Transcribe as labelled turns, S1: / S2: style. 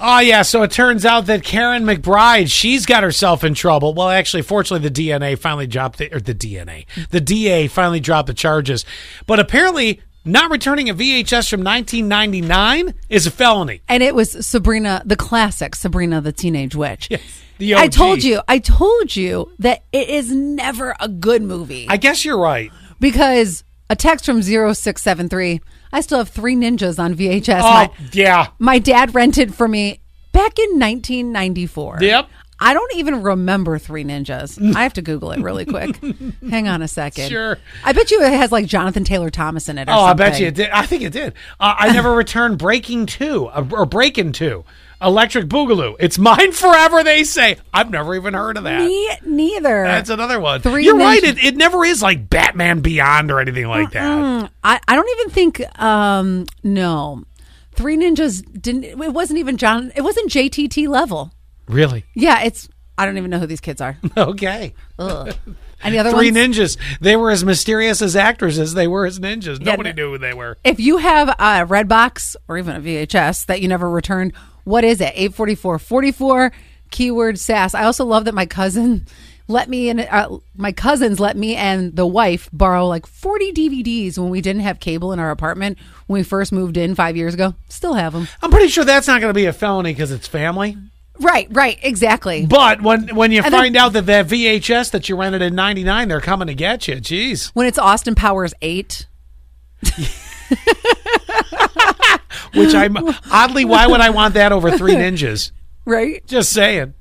S1: Oh yeah, so it turns out that Karen McBride, she's got herself in trouble. Well, actually, fortunately, the DNA finally dropped the or the DNA, the DA finally dropped the charges. But apparently, not returning a VHS from 1999 is a felony.
S2: And it was Sabrina, the classic Sabrina the Teenage Witch.
S1: Yes, the
S2: I
S1: OG.
S2: told you, I told you that it is never a good movie
S1: I guess you're right.
S2: because a text from 0673, I still have three ninjas on VHS.
S1: Oh
S2: My,
S1: yeah,
S2: my dad rented for me back in 1994.
S1: Yep.
S2: I don't even remember Three Ninjas. I have to Google it really quick. Hang on a second.
S1: Sure.
S2: I bet you it has like Jonathan Taylor Thomas in it. Or
S1: Oh, I bet
S2: something.
S1: you it did. I think it did. Uh, I never returned Breaking Two uh, or Breaking Two, Electric Boogaloo. It's mine forever. They say. I've never even heard of that.
S2: Me neither.
S1: That's another one.
S2: Three
S1: You're right.
S2: Nation-
S1: It, it never is like Batman Beyond or anything like that.
S2: I, I don't even think um no. Three Ninjas didn't it wasn't even John it wasn't JTT level.
S1: Really?
S2: Yeah, it's I don't even know who these kids are.
S1: Okay.
S2: Ugh. Any other
S1: Three
S2: ones?
S1: ninjas. They were as mysterious as actors as they were as ninjas.
S2: Yeah,
S1: Nobody
S2: no-
S1: knew who they were.
S2: if you have a red box or even a VHS that you never returned, what is it? 844 44 keyword sass. I also love that my cousin let me and uh, my cousins let me and the wife borrow like 40 DVDs when we didn't have cable in our apartment when we first moved in 5 years ago. Still have them.
S1: I'm pretty sure that's not going to be a felony because it's family.
S2: Right, right, exactly.
S1: But when when you
S2: And then-
S1: find out that that VHS that you rented in '99, they're coming to get you. Jeez.
S2: when it's Austin Powers 8.
S1: Which I'm oddly, why would I want that over Three Ninjas?
S2: Right?
S1: Just saying.